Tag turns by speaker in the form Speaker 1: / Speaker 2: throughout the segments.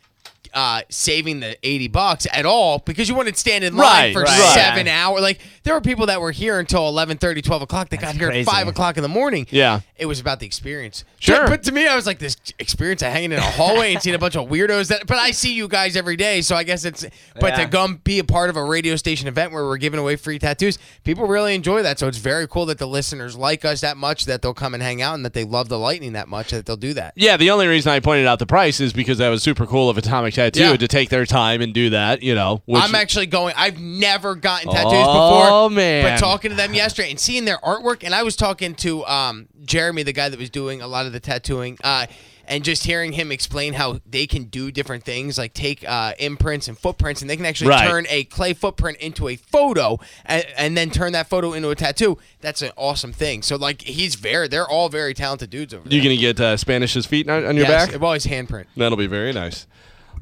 Speaker 1: uh, saving the 80 bucks at all because you wouldn't stand in
Speaker 2: Right,
Speaker 1: line for
Speaker 2: right.
Speaker 1: seven hours. Like, there were people that were here until 11 12 o'clock that got here
Speaker 3: crazy.
Speaker 1: at 5 o'clock in the morning.
Speaker 2: Yeah.
Speaker 1: It was about the experience.
Speaker 2: Sure.
Speaker 1: But to me, I was like, this experience of hanging in a hallway and seeing a bunch of weirdos that, but I see you guys every day. So I guess it's, but
Speaker 3: Yeah.
Speaker 1: to come be a part of a radio station event where we're giving away free tattoos, people really enjoy that. So it's very cool that the listeners like us that much that they'll come and hang out and that they love the lightning that much that they'll do that.
Speaker 2: Yeah, the only reason I pointed out the price is because that was super cool of Atomic Tattoo
Speaker 1: Yeah.
Speaker 2: to take their time and do that, you know. Which,
Speaker 1: I'm actually going. I've never gotten tattoos
Speaker 2: Oh,
Speaker 1: before.
Speaker 2: man.
Speaker 1: But talking to them yesterday and seeing their artwork, and I was talking to um, Jeremy, the guy that was doing a lot of the tattooing, uh, and just hearing him explain how they can do different things, like take uh, imprints and footprints, and they can actually
Speaker 2: Right.
Speaker 1: turn a clay footprint into a photo, and, and then turn that photo into a tattoo. That's an awesome thing. So like, he's very. They're all very talented dudes over there.
Speaker 2: you're going to get uh, Spanish's feet on, on your
Speaker 1: Yes,
Speaker 2: back.
Speaker 1: Well, his handprint.
Speaker 2: That'll be very nice.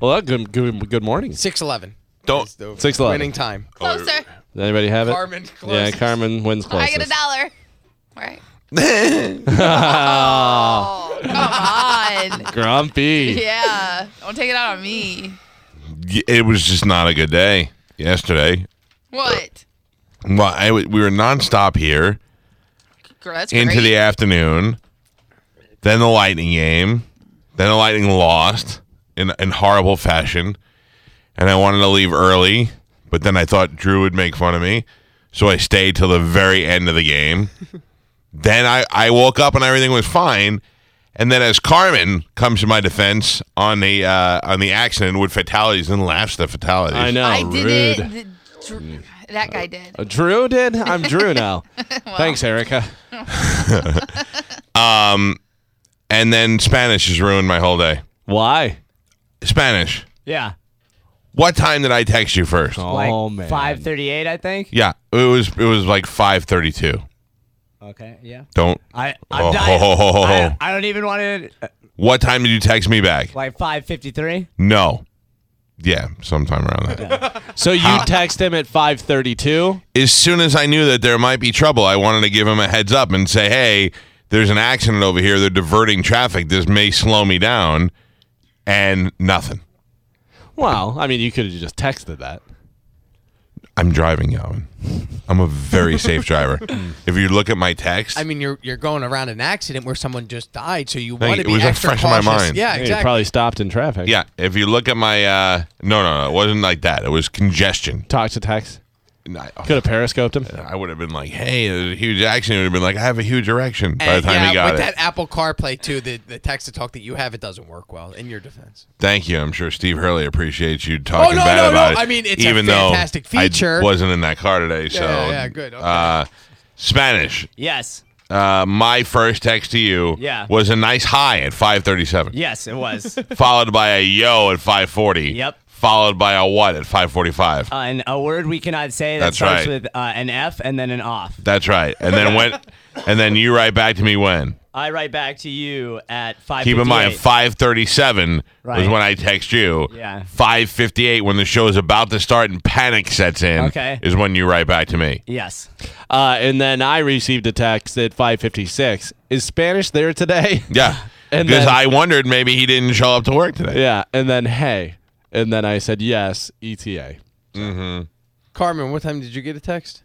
Speaker 2: Well, that- good, good, good morning.
Speaker 1: Six eleven.
Speaker 4: Don't-
Speaker 2: 6'11.
Speaker 1: Winning time.
Speaker 5: Closer.
Speaker 2: Does anybody have it?
Speaker 1: Carmen
Speaker 2: Yeah,
Speaker 1: closest.
Speaker 2: Carmen wins
Speaker 5: I
Speaker 2: closest.
Speaker 5: get a dollar. Right. oh, come on.
Speaker 2: Grumpy.
Speaker 5: Yeah. Don't take it out on me.
Speaker 4: Y- It was just not a good day yesterday.
Speaker 5: What?
Speaker 4: Well, I w- we were nonstop here
Speaker 5: Girl, that's
Speaker 4: into
Speaker 5: great.
Speaker 4: the afternoon. Then the Lightning game. Then the Lightning lost in in horrible fashion, and I wanted to leave early, but then I thought Drew would make fun of me, so I stayed till the very end of the game. then I I woke up and everything was fine. And then, as Carmen comes to my defense on the uh, on the accident with fatalities and laughs at fatalities,
Speaker 2: I know.
Speaker 5: I did
Speaker 2: Oh, rude.
Speaker 5: it. The, Dr- that guy did.
Speaker 2: Uh, Drew did? I'm Drew now. Thanks, Erica.
Speaker 4: and then Spanish has ruined my whole day.
Speaker 2: Why?
Speaker 4: Spanish.
Speaker 3: Yeah.
Speaker 4: What time did I text you first?
Speaker 3: Like
Speaker 2: oh, man.
Speaker 3: 538, I think.
Speaker 4: Yeah, it was it was like five thirty two.
Speaker 3: Okay, yeah.
Speaker 4: Don't.
Speaker 3: I, I'm
Speaker 4: Oh,
Speaker 3: dying.
Speaker 4: ho, ho, ho, ho, ho.
Speaker 3: I, I don't even want to,
Speaker 4: What time did you text me back?
Speaker 3: like 553.
Speaker 4: No. Yeah, sometime around that.
Speaker 2: So you text him at 532?
Speaker 4: As soon as I knew that there might be trouble, I wanted to give him a heads up and say, "Hey, there's an accident over here. They're diverting traffic. This may slow me down." And nothing.
Speaker 2: Well, I mean, you could have just texted that.
Speaker 4: I'm driving, Galvin. I'm a very safe driver. If you look at my text,
Speaker 1: I mean, you're you're going around an accident where someone just died, so you
Speaker 4: Thank
Speaker 1: want
Speaker 4: you.
Speaker 1: to
Speaker 4: It
Speaker 1: be
Speaker 4: was
Speaker 1: extra
Speaker 4: fresh in my
Speaker 1: cautious.
Speaker 4: mind.
Speaker 1: Yeah,
Speaker 2: Yeah,
Speaker 1: exactly.
Speaker 2: You probably stopped in traffic.
Speaker 4: yeah, if you look at my uh no, no, no, it wasn't like that. It was congestion.
Speaker 2: Talk to text.
Speaker 4: and I,
Speaker 2: Could have periscoped him.
Speaker 4: I would have been like, "Hey, there's a huge action." It would have been like, "I have a huge erection." By the time
Speaker 1: yeah,
Speaker 4: he got
Speaker 1: with
Speaker 4: it,
Speaker 1: that Apple CarPlay too, the, the text to talk that you have, it doesn't work well. In your defense,
Speaker 4: thank you. I'm sure Steve Hurley appreciates you talking
Speaker 1: Oh, no,
Speaker 4: bad
Speaker 1: no, no.
Speaker 4: about it.
Speaker 1: I mean, it's a
Speaker 4: even though
Speaker 1: fantastic feature.
Speaker 4: I wasn't in that car today, so
Speaker 1: yeah, yeah, good, okay.
Speaker 4: Uh, Spanish.
Speaker 3: Yes.
Speaker 4: Uh, my first text to you
Speaker 3: Yeah.
Speaker 4: was a nice high at 5:37,
Speaker 3: Yes, it was. Uh,
Speaker 4: followed by a yo at 5:40.
Speaker 3: Yep.
Speaker 4: Followed by a what at 5:45.
Speaker 3: uh, and a word we cannot say that
Speaker 4: That's
Speaker 3: starts
Speaker 4: right.
Speaker 3: with uh, an F and then an off.
Speaker 4: That's right. And then went, and then you write back to me when.
Speaker 3: I write back to you at five.
Speaker 4: Keep in mind, 5:37 was
Speaker 3: Right.
Speaker 4: when I text you.
Speaker 3: Yeah.
Speaker 4: 5:58 when the show is about to start and panic sets in.
Speaker 3: Okay.
Speaker 4: Is when you write back to me.
Speaker 3: Yes.
Speaker 2: Uh, and then I received a text at 5:56. Is Spanish there today?
Speaker 4: Yeah.
Speaker 2: And
Speaker 4: because
Speaker 2: then-
Speaker 4: I wondered maybe he didn't show up to work today.
Speaker 2: yeah. And then hey, and then I said yes. E ETA.
Speaker 1: Carmen, what time did you get a text?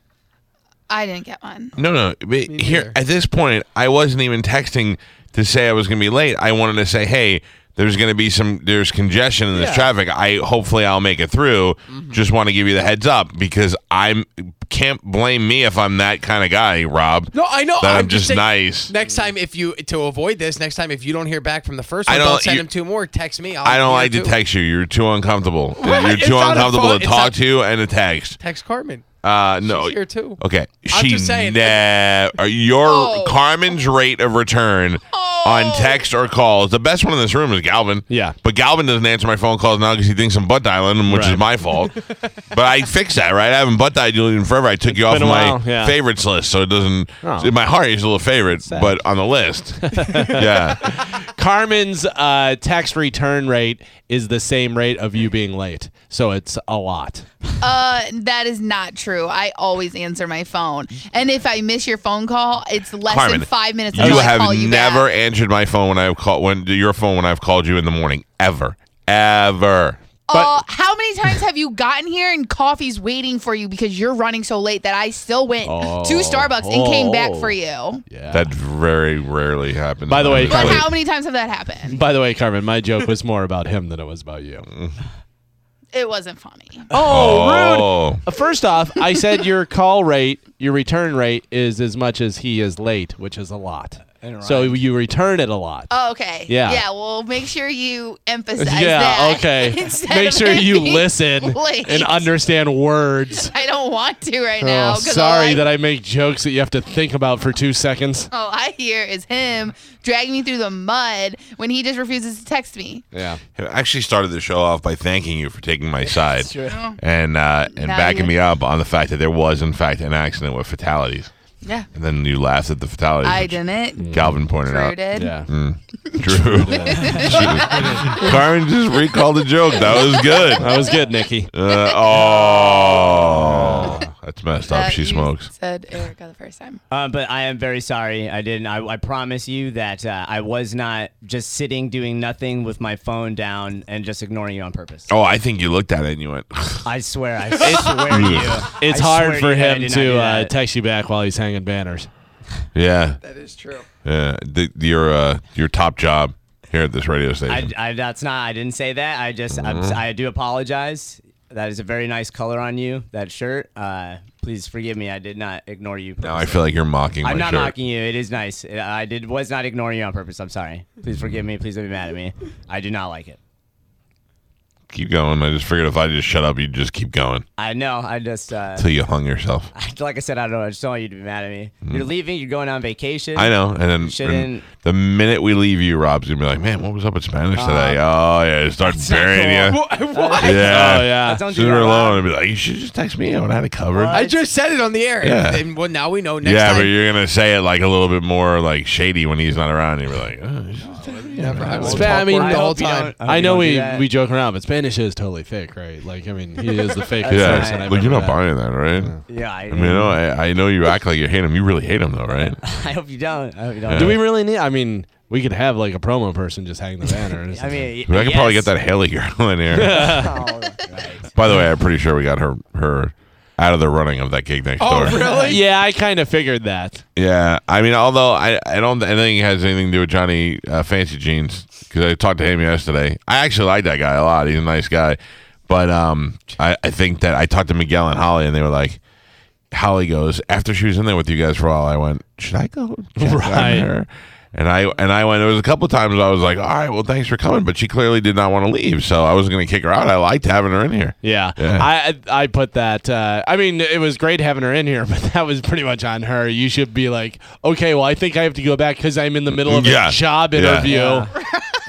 Speaker 5: I didn't get one.
Speaker 4: No, no. but Here
Speaker 1: neither.
Speaker 4: at this point, I wasn't even texting to say I was going to be late. I wanted to say, "Hey, there's going to be some there's congestion in this traffic. I hopefully I'll make it through.
Speaker 1: Mm-hmm.
Speaker 4: Just want to give you the heads up because I'm can't blame me if I'm that kind of guy, Rob.
Speaker 1: No, I know.
Speaker 4: That I'm,
Speaker 1: just
Speaker 4: just
Speaker 1: saying,
Speaker 4: nice.
Speaker 1: Next time, if you to avoid this, next time if you don't hear back from the first one,
Speaker 4: I
Speaker 1: don't,
Speaker 4: don't-
Speaker 1: send
Speaker 4: you-
Speaker 1: him two more. Text me. I'll
Speaker 4: I don't
Speaker 1: hear
Speaker 4: like to
Speaker 1: too.
Speaker 4: text you. You're too uncomfortable.
Speaker 1: Right,
Speaker 4: You're
Speaker 1: it's
Speaker 4: too
Speaker 1: not a
Speaker 4: uncomfortable
Speaker 1: phone-
Speaker 4: to
Speaker 1: it's
Speaker 4: talk
Speaker 1: not-
Speaker 4: to and to text.
Speaker 1: Text Carmen.
Speaker 4: Uh, no.
Speaker 1: She's here too.
Speaker 4: Okay,
Speaker 1: I'm
Speaker 4: she
Speaker 1: just saying,
Speaker 4: never. Your
Speaker 5: Oh.
Speaker 4: Carmen's rate of return
Speaker 1: Oh.
Speaker 4: on text or calls. The best one in this room is Galvin.
Speaker 2: Yeah.
Speaker 4: but Galvin doesn't answer my phone calls now because he thinks I'm butt dialing him, which
Speaker 2: Right.
Speaker 4: is my fault. but I fixed that, right? I haven't butt dialed you in forever. I took you off
Speaker 2: been a
Speaker 4: my
Speaker 2: while, yeah.
Speaker 4: favorites list, so it doesn't.
Speaker 2: Oh.
Speaker 4: In my heart, you're still a favorite, but on the list, yeah,
Speaker 2: Carmen's uh, text return rate is the same rate of you being late, so it's a lot.
Speaker 5: Uh, that is not true. I always answer my phone, and if I miss your phone call, it's less
Speaker 4: Carmen,
Speaker 5: than five minutes.
Speaker 4: you
Speaker 5: until I
Speaker 4: have
Speaker 5: call you
Speaker 4: never
Speaker 5: Back.
Speaker 4: answered my phone when I've called when your phone when I've called you in the morning ever, ever.
Speaker 5: uh, how many times have you gotten here and coffee's waiting for you because you're running so late that I still went to Starbucks and came back for you?
Speaker 2: Oh. Yeah.
Speaker 4: That very rarely happens.
Speaker 2: By the way,
Speaker 5: But
Speaker 2: Carmen-
Speaker 5: how many times have that happened?
Speaker 2: By the way, Carmen, my joke was more about him than it was about you.
Speaker 5: It wasn't funny.
Speaker 4: oh, rude.
Speaker 2: Uh, First off, I said your call rate, your return rate is as much as he is late, which is a lot. So you return it a lot.
Speaker 5: Oh, okay.
Speaker 2: Yeah.
Speaker 5: Yeah. Well, make sure you emphasize
Speaker 2: yeah,
Speaker 5: that.
Speaker 2: okay.
Speaker 5: instead
Speaker 2: Make
Speaker 5: of
Speaker 2: sure
Speaker 5: it
Speaker 2: you
Speaker 5: being
Speaker 2: listen
Speaker 5: late.
Speaker 2: and understand words.
Speaker 5: I don't want to right now.
Speaker 2: oh,
Speaker 5: 'cause
Speaker 2: sorry
Speaker 5: all I,
Speaker 2: that I make jokes that you have to think about for two seconds.
Speaker 5: All I hear is him dragging me through the mud when he just refuses to text me.
Speaker 2: Yeah.
Speaker 4: I actually started the show off by thanking you for taking my side
Speaker 5: Oh.
Speaker 4: and uh, and
Speaker 5: Now
Speaker 4: backing
Speaker 5: you-
Speaker 4: me up on the fact that there was in fact an accident with fatalities.
Speaker 5: Yeah.
Speaker 4: And then you laughed at the fatalities.
Speaker 5: I
Speaker 4: which
Speaker 5: didn't.
Speaker 4: Galvin pointed
Speaker 5: Drew
Speaker 4: out.
Speaker 5: did.
Speaker 2: Yeah.
Speaker 4: Drew. She- Carmen just recalled the joke. That was good.
Speaker 2: That was good, Nikki.
Speaker 4: Uh, oh, that's messed up.
Speaker 5: That
Speaker 4: She
Speaker 5: you
Speaker 4: smokes.
Speaker 5: Said Erica the first time.
Speaker 3: Uh, but I am very sorry. I didn't. I, I promise you that uh, I was not just sitting doing nothing with my phone down and just ignoring you on purpose.
Speaker 4: Oh, I think you looked at it and you went.
Speaker 3: I swear. I swear to you.
Speaker 2: It's
Speaker 3: I
Speaker 2: hard for
Speaker 3: swear to you, I
Speaker 2: him
Speaker 3: did not
Speaker 2: to
Speaker 3: do
Speaker 2: uh,
Speaker 3: that.
Speaker 2: text you back while he's hanging banners.
Speaker 4: yeah,
Speaker 1: That is true.
Speaker 4: yeah. The, your uh, your top job here at this radio station.
Speaker 3: I, I, that's not. I didn't say that. I just. I'm,
Speaker 4: Uh-huh.
Speaker 3: s- I do apologize. That is a very nice color on you. That shirt. Uh, please forgive me. I did not ignore you.
Speaker 4: now I feel like you're mocking.
Speaker 3: I'm
Speaker 4: my
Speaker 3: not
Speaker 4: shirt.
Speaker 3: mocking you. It is nice. Uh, I did was not ignoring you on purpose. I'm sorry. Please forgive me. Please don't be mad at me. I do not like it.
Speaker 4: Keep going. I just figured if I just shut up, you'd just keep going
Speaker 3: I know. I just. Uh,
Speaker 4: until you hung yourself.
Speaker 3: like I said, I don't know. I just don't want you to be mad at me. You're leaving. You're going on vacation.
Speaker 4: Mm-hmm. I know. And then and
Speaker 3: Shouldn't-
Speaker 4: the minute we leave you, Rob's gonna be like, "Man, what was up with
Speaker 3: Uh,
Speaker 4: Spanish today?" Oh yeah, start burying you. Yeah.
Speaker 2: Oh, yeah.
Speaker 3: Don't do that,
Speaker 4: Sooner or
Speaker 3: Rob.
Speaker 4: later, I'd be like, "You should just text me. I would have it covered."
Speaker 1: I just said it on the air.
Speaker 4: Yeah.
Speaker 1: And well, now we know. Next
Speaker 4: yeah,
Speaker 1: time,
Speaker 4: but you're gonna say it like a little bit more like shady when he's not around. You're like, oh, you should just text me. I would've
Speaker 1: It's
Speaker 4: covered."
Speaker 1: bad.
Speaker 2: I mean,
Speaker 1: awkward the whole
Speaker 3: hope you
Speaker 1: time.
Speaker 3: don't- hope
Speaker 2: I
Speaker 3: you
Speaker 2: know
Speaker 3: don't do
Speaker 2: we,
Speaker 3: that.
Speaker 2: we joke around, but Spanish is totally fake, right? Like, I mean, he is the fake
Speaker 4: yeah,
Speaker 2: person. I've
Speaker 4: but you're
Speaker 2: ever
Speaker 4: not
Speaker 2: met.
Speaker 4: buying that, right?
Speaker 3: Yeah, I,
Speaker 4: I mean, I know, I, I know you act like you hate him. You really hate him, though, right?
Speaker 3: I hope you don't. I hope you don't.
Speaker 2: Do we really need? I mean, we could have like a promo person just hang the banner. or
Speaker 3: I
Speaker 2: something.
Speaker 3: mean,
Speaker 4: I mean, I could probably
Speaker 3: yes.
Speaker 4: get that Haley girl in here.
Speaker 3: Oh, right.
Speaker 4: By the way, I'm pretty sure we got her her out of the running of that gig next
Speaker 1: Oh,
Speaker 4: door.
Speaker 1: really?
Speaker 2: yeah, I kind of figured that.
Speaker 4: Yeah, I mean, although I I don't I don't think it has anything to do with Johnny uh, Fancy Jeans because I talked to him yesterday. I actually like that guy a lot. He's a nice guy, but um, I I think that I talked to Miguel and Holly and they were like, Holly goes after she was in there with you guys for a while. I went, should I go check
Speaker 2: Right.
Speaker 4: on her? And I and I went. There was a couple times I was like, all right, well, thanks for coming, but she clearly did not want to leave, so I wasn't going to kick her out. I liked having her in here.
Speaker 2: Yeah.
Speaker 4: Yeah.
Speaker 2: I I I put that. Uh, I mean, it was great having her in here, but that was pretty much on her. You should be like, okay, well, I think I have to go back because I'm in the middle of
Speaker 4: Yeah.
Speaker 2: a job
Speaker 4: Yeah.
Speaker 2: interview.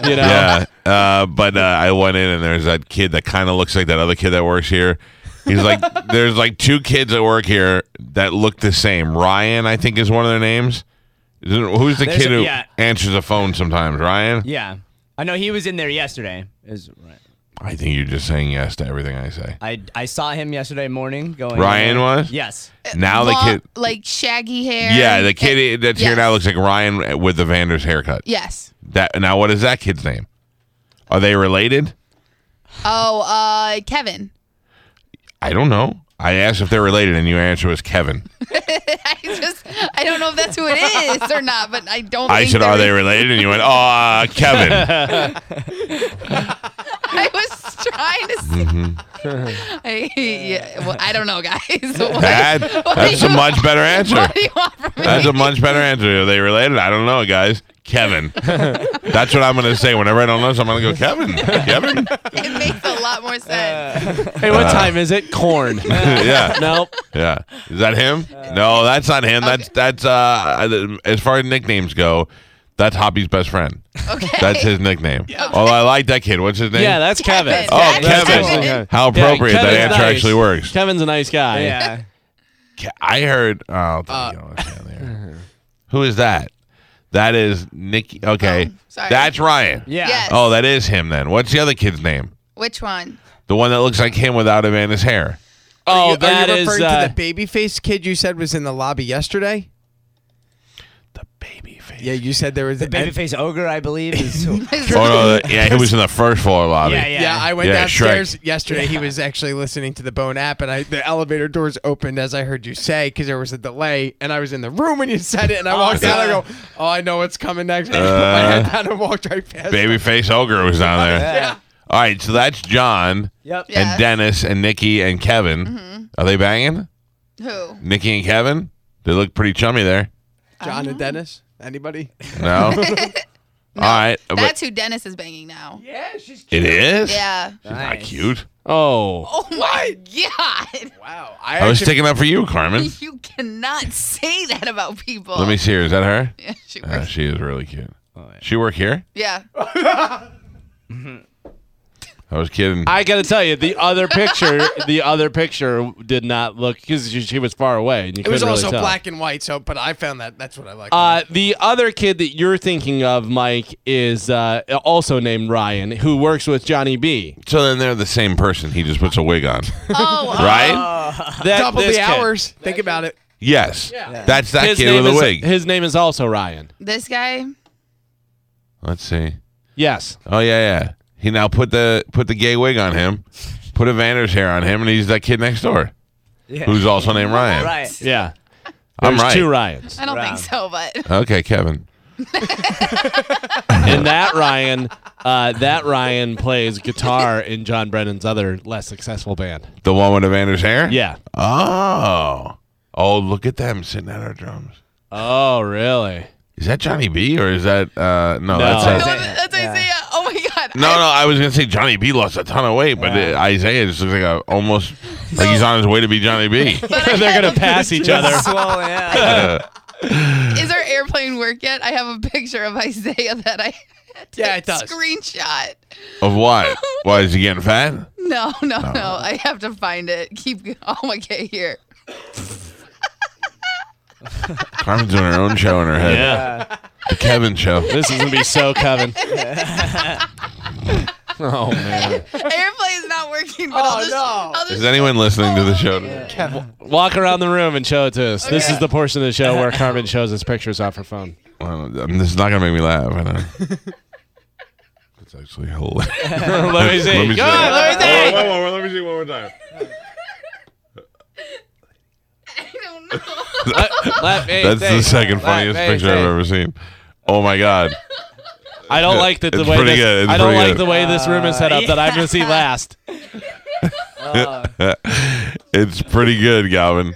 Speaker 2: You know.
Speaker 4: Yeah. Uh, but uh, I went in and there's that kid that kind of looks like that other kid that works here. He's like, there's like two kids that work here that look the same. Ryan, I think, is one of their names. Isn't, who's the
Speaker 3: There's
Speaker 4: kid
Speaker 3: a-
Speaker 4: who
Speaker 3: yeah.
Speaker 4: answers the phone sometimes? Ryan?
Speaker 3: Yeah. I know he was in there yesterday. Is right.
Speaker 4: I think you're just saying yes to everything I say.
Speaker 3: I I saw him yesterday morning going.
Speaker 4: Ryan was?
Speaker 3: Yes.
Speaker 4: Now
Speaker 5: Long-
Speaker 4: the kid.
Speaker 5: like shaggy hair.
Speaker 4: Yeah, the
Speaker 5: And-
Speaker 4: kid that's here
Speaker 5: yes.
Speaker 4: now looks like Ryan with the Vanders haircut.
Speaker 5: Yes.
Speaker 4: That now, what is that kid's name? Are they related?
Speaker 5: Oh, uh, Kevin.
Speaker 4: I don't know. I asked if they're related, and your answer was Kevin.
Speaker 5: I just I don't know if that's who it is or not, but I don't.
Speaker 4: I
Speaker 5: think
Speaker 4: said,
Speaker 5: there
Speaker 4: "Are they
Speaker 5: is-
Speaker 4: related?" And you went, "Oh, uh, Kevin."
Speaker 5: I was trying to. See. I, yeah, well, I don't know, guys. What-
Speaker 4: Mm-hmm. That,
Speaker 5: what do
Speaker 4: that's a
Speaker 5: you-
Speaker 4: much better answer.
Speaker 5: What do you want from me?
Speaker 4: That's a much better answer. Are they related? I don't know, guys. Kevin. That's what I'm going to say whenever I don't know. So I'm going to go, Kevin. Kevin.
Speaker 5: it makes a lot more sense.
Speaker 2: Hey, what time is it? Corn.
Speaker 4: yeah.
Speaker 2: nope.
Speaker 4: Yeah. Is that him? No, that's not him. That's that's uh as far as nicknames go, that's Hoppy's best friend.
Speaker 5: Okay.
Speaker 4: That's his nickname. Although I like that kid. What's his name?
Speaker 2: Yeah, that's Kevin.
Speaker 5: Kevin.
Speaker 4: Oh,
Speaker 5: That's
Speaker 4: Kevin.
Speaker 5: Kevin.
Speaker 4: How
Speaker 2: Yeah,
Speaker 4: appropriate that
Speaker 2: Kevin's
Speaker 4: answer
Speaker 2: nice.
Speaker 4: actually works.
Speaker 2: Kevin's a nice guy.
Speaker 3: Yeah.
Speaker 4: Ca- I heard. Oh, I'll
Speaker 5: Uh,
Speaker 4: tell you what I found there. who is that? That is Nikki. Okay,
Speaker 5: Oh, sorry.
Speaker 4: that's Ryan.
Speaker 3: Yeah.
Speaker 5: Yes.
Speaker 4: Oh, that is him then. What's the other kid's name?
Speaker 5: Which one?
Speaker 4: The one that looks like him without Amanda's hair.
Speaker 2: Oh,
Speaker 1: you,
Speaker 2: that
Speaker 1: are you
Speaker 2: is.
Speaker 1: referring
Speaker 2: uh,
Speaker 1: to the baby faced kid you said was in the lobby yesterday?
Speaker 4: The baby face.
Speaker 1: Yeah, you said there was a
Speaker 3: Babyface ogre, I believe. Is who-
Speaker 4: Oh no, the- yeah, he was in the first floor lobby.
Speaker 3: yeah, yeah.
Speaker 1: Yeah, I went
Speaker 4: Yeah,
Speaker 1: downstairs yesterday. He was actually listening to the Bone app, and I the elevator doors opened as I heard you say because there was a delay, and I was in the room when you said it, and I walked out. I go, "Oh, I know what's coming next." I
Speaker 2: Uh.
Speaker 1: had down and walked right past. him.
Speaker 4: Babyface Ogre was down there.
Speaker 1: Yeah.
Speaker 4: All right, so that's John
Speaker 5: Yeah.
Speaker 3: Yep.
Speaker 4: and
Speaker 5: Yes. Mm-hmm.
Speaker 4: Dennis and Nikki and Kevin. Are they banging?
Speaker 5: Who?
Speaker 4: Nikki and Kevin? They look pretty chummy there.
Speaker 1: John and Dennis. Anybody?
Speaker 4: No. All right, but
Speaker 5: That's who Dennis is banging now. Yeah.
Speaker 4: it is.
Speaker 5: Yeah.
Speaker 4: She's not cute.
Speaker 2: oh.
Speaker 5: Oh my god.
Speaker 1: Wow. I,
Speaker 4: I was
Speaker 1: actually,
Speaker 4: sticking up for you, Carmen.
Speaker 5: You cannot say that about people.
Speaker 4: Let me see her. Is that her?
Speaker 5: Yeah, she
Speaker 4: Uh,
Speaker 5: works.
Speaker 4: she is really cute.
Speaker 2: Oh,
Speaker 4: She work here?
Speaker 5: yeah.
Speaker 4: I was kidding.
Speaker 2: I gotta tell you, the other picture, the other picture did not look because she, she was far away. And you
Speaker 1: it was
Speaker 2: couldn't really
Speaker 1: also
Speaker 2: tell.
Speaker 1: black and white. So, but I found that that's what I like.
Speaker 2: Uh, the other kid that you're thinking of, Mike, is uh, also named Ryan, who works with Johnny B.
Speaker 4: so then they're the same person. He just puts a wig on,
Speaker 5: Oh, oh,
Speaker 4: right?
Speaker 2: That,
Speaker 1: Double
Speaker 2: this
Speaker 1: the
Speaker 2: kid.
Speaker 1: hours. Think about it.
Speaker 4: Yes. That's that
Speaker 2: His
Speaker 4: kid
Speaker 2: name,
Speaker 4: with a
Speaker 2: is,
Speaker 4: wig.
Speaker 2: his name is also Ryan.
Speaker 5: this guy.
Speaker 4: Let's see.
Speaker 2: Yes.
Speaker 4: Oh yeah, yeah. He now put the put the gay wig on him, put a Vander's hair on him, and he's that kid next door,
Speaker 3: Yeah.
Speaker 4: who's also named Ryan.
Speaker 3: Right.
Speaker 2: Yeah.
Speaker 4: I'm
Speaker 2: There's
Speaker 4: right.
Speaker 2: two Ryans.
Speaker 5: I don't
Speaker 3: Rob.
Speaker 5: think so, but
Speaker 4: Okay, Kevin.
Speaker 2: And that Ryan, uh, that Ryan plays guitar in John Brennan's other less successful band.
Speaker 4: The one with the Vander's hair.
Speaker 2: Yeah.
Speaker 4: Oh. Oh, look at them sitting at our drums.
Speaker 2: Oh, really?
Speaker 4: Is that Johnny B or is that uh
Speaker 2: No.
Speaker 4: no, that's
Speaker 5: no,
Speaker 4: Isaiah.
Speaker 3: Isaiah,
Speaker 5: that's
Speaker 3: yeah.
Speaker 5: Isaiah. Oh my god.
Speaker 4: No, no, I was gonna say Johnny B lost a ton of weight, but uh Isaiah just looks like a almost like he's on his way to be Johnny B. Uh,
Speaker 2: They're gonna pass each other.
Speaker 3: Swollen,
Speaker 2: uh,
Speaker 3: yeah.
Speaker 5: Is our airplane work yet? I have a picture of Isaiah that I had to
Speaker 1: Yeah, it does.
Speaker 5: screenshot.
Speaker 4: of what? Why is he getting fat?
Speaker 5: No, no, no, I have to find it. Keep go- oh my god, here.
Speaker 4: Carmen's doing her own show in her head.
Speaker 2: Yeah.
Speaker 4: The Kevin show.
Speaker 2: This is gonna be so Kevin. oh man.
Speaker 5: Airplane's not working, but I'll just, I'll just
Speaker 4: Is anyone listening to the show?
Speaker 2: Walk around the room and show it to us. This is the portion of the show where Carmen shows us pictures off her phone.
Speaker 4: Well, um, this is not gonna make me laugh. I know. It's actually hilarious.
Speaker 2: Let me see.
Speaker 4: Let me
Speaker 2: Go
Speaker 4: see.
Speaker 2: on, let me see.
Speaker 4: One more, let me see one more time.
Speaker 5: I don't know.
Speaker 2: Let me
Speaker 4: That's
Speaker 2: see.
Speaker 4: the second funniest
Speaker 2: Let me
Speaker 4: picture I've
Speaker 2: see.
Speaker 4: ever seen. Oh my god.
Speaker 2: I don't like that the
Speaker 4: It's
Speaker 2: way
Speaker 4: pretty
Speaker 2: this,
Speaker 4: good. It's
Speaker 2: I don't
Speaker 4: pretty
Speaker 2: like
Speaker 4: good.
Speaker 2: the way this room is set up that I'm gonna see last.
Speaker 4: It's pretty good, Galvin.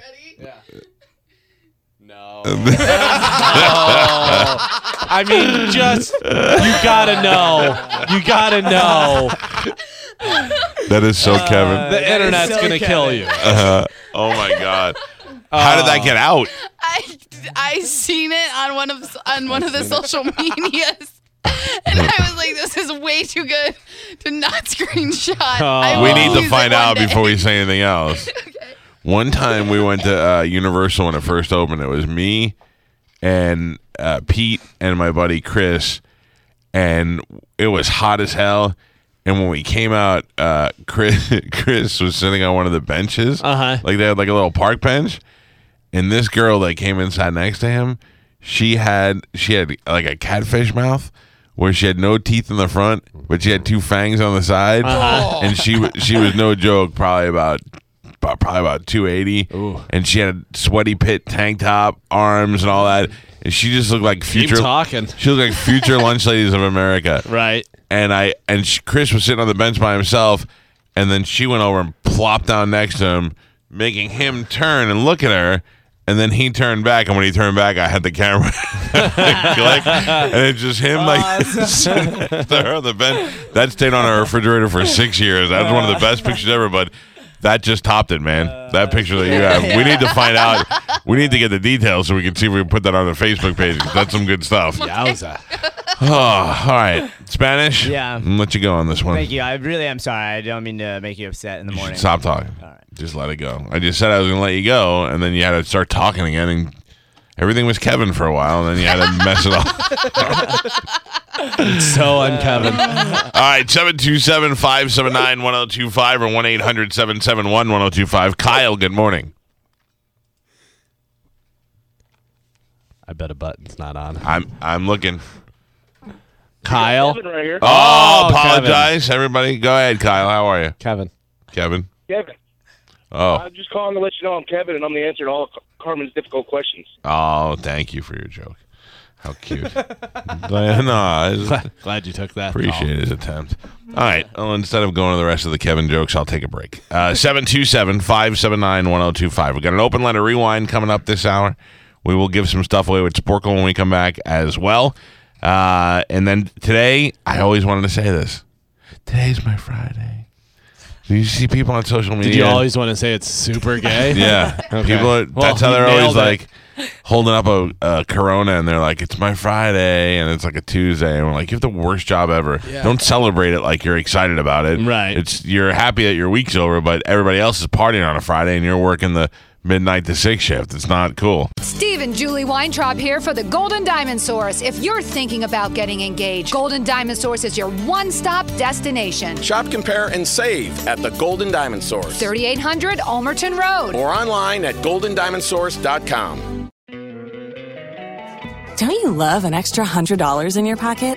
Speaker 2: I mean, just you gotta know. You gotta know.
Speaker 4: That is so Kevin.
Speaker 2: Uh, The internet's
Speaker 3: so
Speaker 2: gonna kill you.
Speaker 4: Oh my God.
Speaker 2: Uh,
Speaker 4: How did that get out?
Speaker 5: I I seen it on one of on one of the social medias. And I was like, this is way too good to not screenshot. I
Speaker 2: Oh.
Speaker 4: We
Speaker 5: will
Speaker 4: need
Speaker 5: use
Speaker 4: to
Speaker 5: it
Speaker 4: find
Speaker 5: one
Speaker 4: out
Speaker 5: day.
Speaker 4: before we say anything else. One time we went to uh, Universal when it first opened. It was me and uh, Pete and my buddy Chris, and it was hot as hell. And when we came out, uh, Chris Chris was sitting on one of the benches,
Speaker 2: Uh-huh.
Speaker 4: like they had like a little park bench. And this girl that came inside next to him, she had she had like a catfish mouth where she had no teeth in the front, but she had two fangs on the side, and she wa- she was no joke, probably about about- probably about 280 and she had a sweaty pit tank top arms and all that and she just looked like
Speaker 2: Keep
Speaker 4: future
Speaker 2: talking.
Speaker 4: she looked like future lunch ladies of america
Speaker 2: Right.
Speaker 4: and I and sh Chris was sitting on the bench by himself, and then she went over and plopped down next to him, making him turn and look at her. And then he turned back, and when he turned back, I had the camera click, and it's just him like sitting next to her on the bench. That stayed on our refrigerator for six years. That was one of the best pictures ever, but. That just topped it, man. that picture that you have. We need to find out. We need to get the details so we can see if we can put that on the Facebook page. 'cause That's some good stuff.
Speaker 2: Yowza.
Speaker 4: Oh, all right. Spanish?
Speaker 3: Yeah.
Speaker 4: I'm gonna let you go on this one.
Speaker 3: Thank you. I really am sorry. I don't mean to make you upset in the
Speaker 4: You
Speaker 3: morning.
Speaker 4: should stop talking. Just let it go. I just said I was gonna let you go, and then you had to start talking again, and everything was Kevin for a while, and then you had to mess it up.
Speaker 2: So unkevin.
Speaker 4: All right, 727 579 1025 or 1 800 771 1025. Kyle, good morning.
Speaker 2: I bet a button's not on.
Speaker 4: I'm I'm looking.
Speaker 2: Kyle.
Speaker 6: Kevin right here.
Speaker 2: Oh,
Speaker 4: Oh, apologize, everybody. Go ahead, Kyle. How are you,
Speaker 2: Kevin.
Speaker 4: Kevin?
Speaker 6: Kevin.
Speaker 4: Oh,
Speaker 6: I'm just calling to let you know I'm Kevin and I'm the answer to all Car- Carmen's difficult questions.
Speaker 4: oh, thank you for your joke. How cute. no, it's-
Speaker 2: Glad you took that.
Speaker 4: Appreciate his attempt. All right. Well, instead of going to the rest of the Kevin jokes, I'll take a break. Uh, 727 579 1025. We've got an open letter rewind coming up this hour. We will give some stuff away with Sporkle when we come back as well. Uh, and then today, I always wanted to say this. Today's my Friday. Do you see people on social media?
Speaker 2: Did you always want to say it's super gay?
Speaker 4: Yeah,
Speaker 2: Okay.
Speaker 4: people are.
Speaker 2: Well,
Speaker 4: that's how
Speaker 2: you
Speaker 4: they're always
Speaker 2: nailed it.
Speaker 4: like holding up a, a Corona, and they're like, "It's my Friday," and it's like a Tuesday, and we're like, "You have the worst job ever. Don't celebrate it like you're excited about it.
Speaker 2: Right.
Speaker 4: It's you're happy that your week's over, but everybody else is partying on a Friday, and you're working the midnight to six shift. It's not cool.
Speaker 7: Steve and Julie Weintraub here for the Golden Diamond Source. If you're thinking about getting engaged, Golden Diamond Source is your one stop destination.
Speaker 8: Shop, compare, and save at the Golden Diamond Source
Speaker 7: 3800 Almerton Road.
Speaker 8: or online at goldendiamondsource.com.
Speaker 9: Don't you love an extra $100 in your pocket?